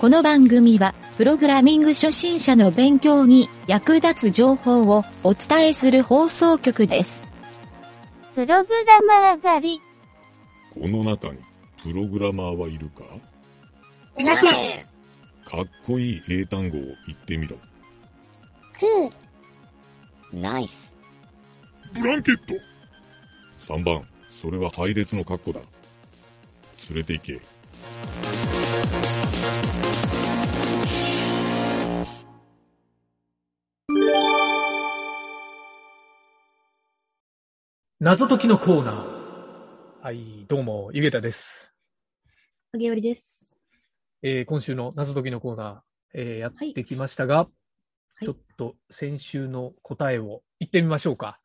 この番組は、プログラミング初心者の勉強に役立つ情報をお伝えする放送局です。プログラマー狩り。この中にプログラマーはいるかいません。かっこいい英単語を言ってみろ。ふう、ナイス。ブランケット !3 番、それは配列の括弧だ。連れて行け。謎解きのコーナー。はい、どうも、ゆげたです。影よりです。 えー今週の謎解きのコーナー、えーやってきましたが、いちょっと先週の答えを言ってみましょうか。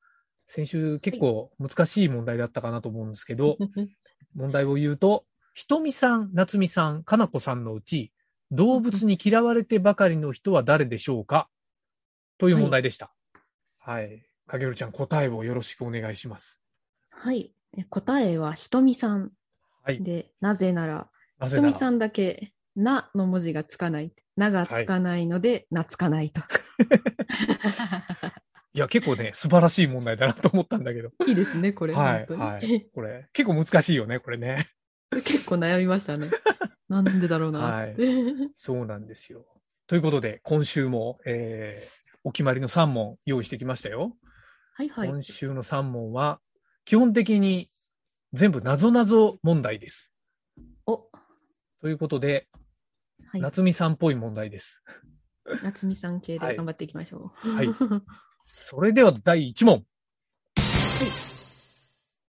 先週結構難しい問題だったかなと思うんですけ ど、問題を言うと、ひとみさん、なつみさん、かなこさんのうち、動物に嫌われてばかりの人は誰でしょうかという問題でした。はい。かげるちゃん、答えをよろしくお願いします。はい。え答えはひとみさんはい。で、なぜなら、なひぜとなみらさんだけ、なの文字がつかない。ながつかないので、なつかな いと。いや、結構ね、素晴らしい問題だなと思ったんだけど。いいですね、これ。はい、本当にはい。これ、結構難しいよね、これね。 結構悩みましたね。なんでだろうはな。いってそうなんですよ。ということで、今週も、えーお決まりの3問用意してきましたよ。はいはい。今週の3問は、基本的に全部なぞなぞ問題です。お、ということで、はい。夏美さんっぽい問題です。なつみさん系はでい頑張っていきましょう。はいそれでは第1問。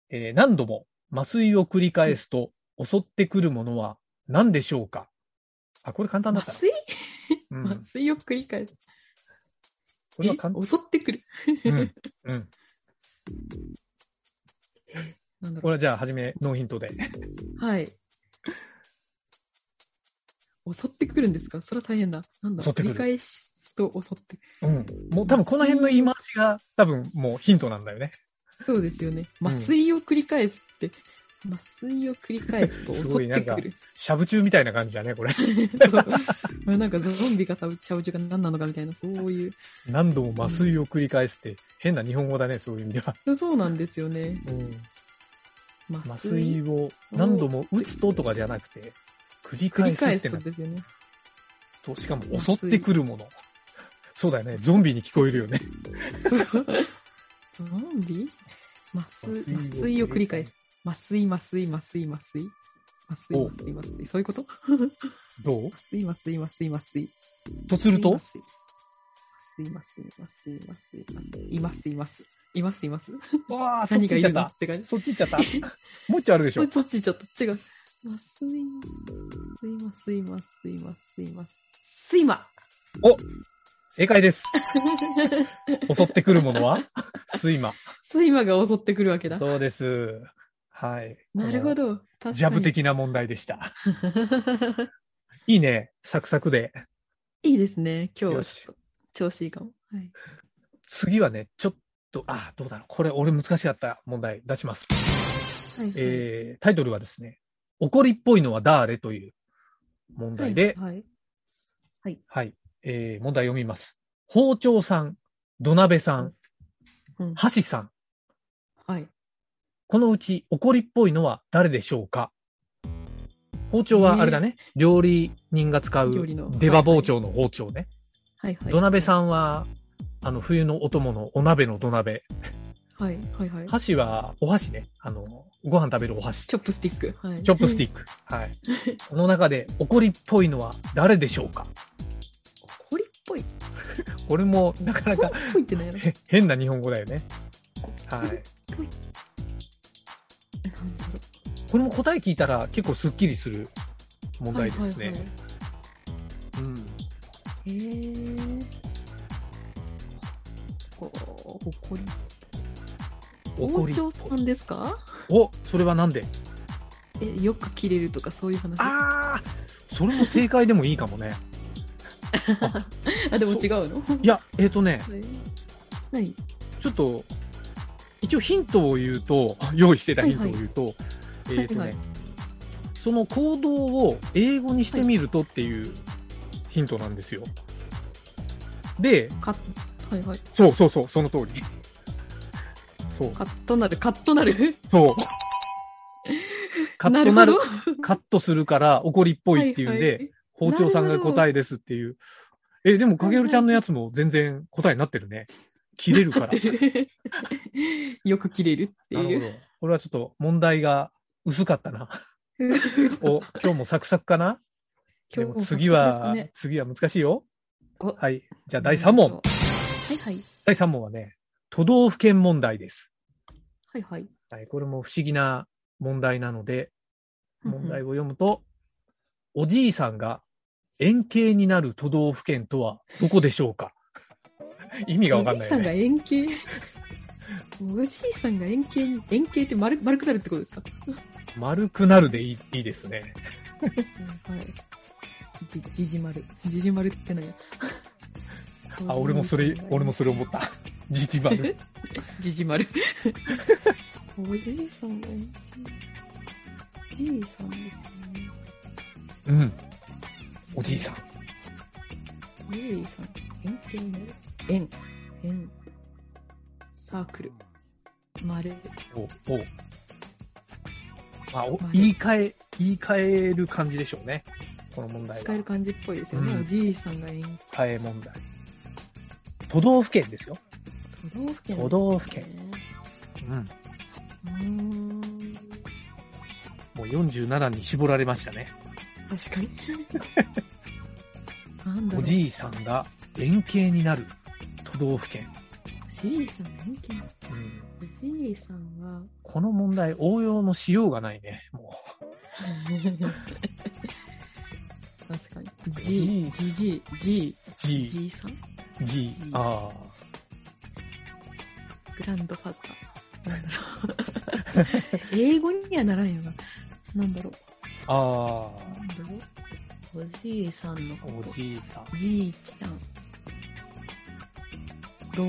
えー何度も麻酔を繰り返すと襲ってくるものは何でしょうかあ、これ簡単だっ麻たな。酔うん麻酔を繰り返す。こえれは簡単。襲ってくる。うん。うん。なんだこれろうはじゃあ、はじめ、ノーヒントで。はい。襲ってくるんですかそれは大変だ。なんだ襲ってく繰るり返しと襲ってうん。もう多分この辺の言い回しが、多分もうヒントなんだよね。そうですよね。ん麻酔を繰り返すって、麻酔を繰り返すとす襲ごいってくる。しゃぶ中みたいな感じだね、これ。そうまあ なんかゾンビかサブシャブチュか何なのかみたいな、そういう。何度も麻酔を繰り返すって、変な日本語だね、そういう意味では。そうなんですよね。麻麻酔酔を何度も打つととかじゃなくて、繰り繰返りすっ返てすなとるですよね。と、しかも襲ってくるもの。そうだよね、ゾンビに聞こえるよね。そう ゾンビ麻酔麻酔を繰り返す。。麻酔、麻酔、麻酔、麻酔。麻酔、お麻酔、麻酔。そういうこと どう麻酔、麻酔、麻酔、麻酔。とするといます、います、います、います、います、います、います、います。わあ、そっ何ち行がいっちゃるっのたっ。て感じ。そっち行っちゃった。 もう一丁あるでしそょれ。そっちちょっと違う。麻酔、麻酔、麻酔、麻酔、麻 酔、麻正解です。酔。襲ってくるもの は睡魔。睡魔が襲ってくるわけだ。そうです。はい。なるほこど。確かの。にジャブ。的な問題でした。いいね。サクサクで。 いいですね。今日よはしちょっと調子いいかも。はい。次はね、ちょっと、あ、どうだろう。これ、俺難しかった問題出します。はいえー、タイトルはですね、怒りっぽいのは誰という問題で、はいはい。はい。えー問題読みます。包丁さん、土鍋さん、うん箸さん、はい。このうち怒りっぽいのは誰でしょうか包丁はあれだね、料理人が使う料理の出刃包丁の包丁ね。はい。はい。土鍋さん。んは、あの、冬のお供のお鍋の土鍋。はい。はい。はい。箸は、お箸ね。あの、ご飯食べるお箸。チョップスティック。はい。チョップスィティッック。 はい。この中で怒りっぽいのは誰でしょうかク。怒りっぽい。これもなかなかぽいってなんやろ。へ変な日本語だよね。はい。なんだろうこれも答え聞いたら結構すっきりする問題ですね。はいはいはいうん。へーお怒り怒包りっぽい丁さんですかお、それはなんでえよく切れるとかそういう話あああそれも正解でもいいかもね。でも違うのいや、えっ、とね、えーないちょっと、一応ヒントを言うと、 用意してたヒントを言うと、えっ、とね、はいはいその行動を英語にしてみるとっていうヒントなんですよ。で、カット、はいはい。そうそうそう、その通り。そう、カットなる、カットなる。 そう。カットなるほ、どカットするから怒りっぽいっていうんで、はいはい包丁さんが答えですっていう。え、でも、かげるちゃんのやつも全然答えになってるね。切れるから。 よく切れるってなるいほう。ど。これはちょっと問題が薄かったな。 お、今日もサクサクかなでも次は、今日もサクサクですね次は難しいよ。おはい。じゃあ第3問。。はいはい。第3問はね、都道府県問題です。はいはい。はい。これも不思議な問題なので、うんうん問題を読むと、おじいさんが円形になる都道府県とはどこでしょう か意味がわかんないよね。おじいさんが円形。おじいさんが円形に、円形って丸丸くなるってことですか丸くなるでいいいいですね。はい。じ、じじ丸。じじ丸って何や。あ、俺もそれ、俺もそれ思 った。じじばる。じじ丸。おじいさんが円形。おじいさんですね。うん。おじいさん。おじいさん。円形になる。円。円。サークル。丸。お、お。まあ、おまあ言い換え、言い換える感じでしょうね。この問題使はえる。感じっぽいですよね。うんおじいさんが円形。変え問題。都道府県ですよ。都道府県、都道府県。うん。うーん。もう47に絞られましたね。確かに。なんだろうおじいさんが円形になる都道府県。おじいさん何県うん。おじいさんは、この問題、応用のしようがないね。も確かに。じじいい、じじい、じう、い、 G、じいさん G じ、あグランドファーザー。なんだろう。英語にはならんよな。なんだろあ、あう。なんだろう。おじいさんのあ、こおと。じいさん。じいちゃん。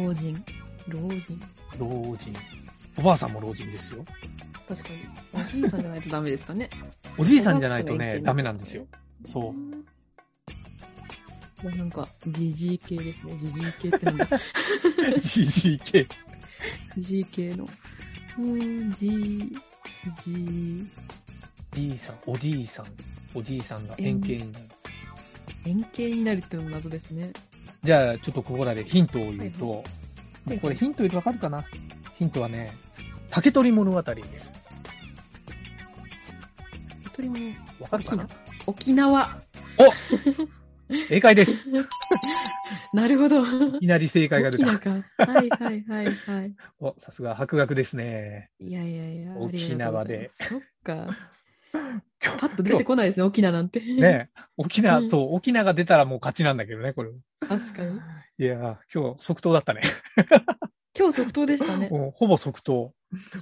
老人。老人。老人。おばあさんも老人ですよ。確かに。おじいさんじゃないとダメですかね。 おじいさんじゃないとね、ダメなんですよ。。そう。いやなんか、ジジイ系ですね。ジジイ系ってなんだ GGK。ジジイ系の。うーん、ジジじいさん、おじいさん、おじいさんが円形になる。円形になるっていうのも謎ですね。じゃあ、ちょっとここらでヒントを言うと、はいもうこれヒントよりわかるかなヒントはね、竹取物語です。一人も、わかるかな沖縄。正解です。なるほど。いきなり正解が出沖縄た。か。はいはいはいはい。お、さすが博学ですね。いやいやいや。沖縄でありがとうございます。そ今っ日か。パッと出てこないですね、沖縄なんて。ね沖う縄、んそう、沖縄が出たらもう勝ちなんだけどね、これ。確かに。いやー、今日即答だったね。 今日即答でしたね。もうほぼ即答。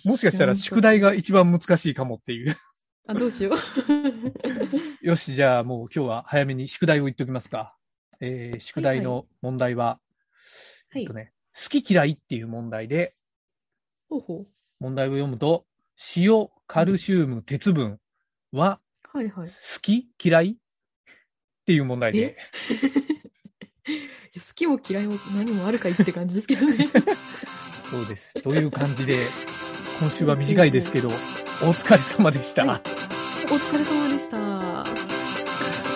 もしかしたら宿題が一番難しいかもっていう。 あ、どうしよう。よし、じゃあもう今日は早めに宿題を言っておきますか。えー宿題の問題は、はいえっとね、好き嫌いっていう問題で、ほうほ問題を読むと、塩、カルシウム、鉄分はう。はいはい。好き嫌いっていう問題で、 いや好きも嫌いも何もあるかいって感じですけどね。そうです。という感じで、今週は短いですけど、お疲れ様でした。はいお疲れ様でした。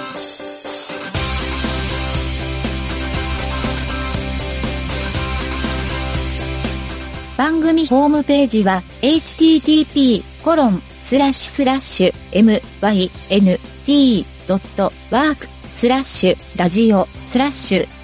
番組ホームページは http://myn.yahoo.co.jp コロンスラッシュスラッシュ mynt.work スラッシュラジオスラッシュ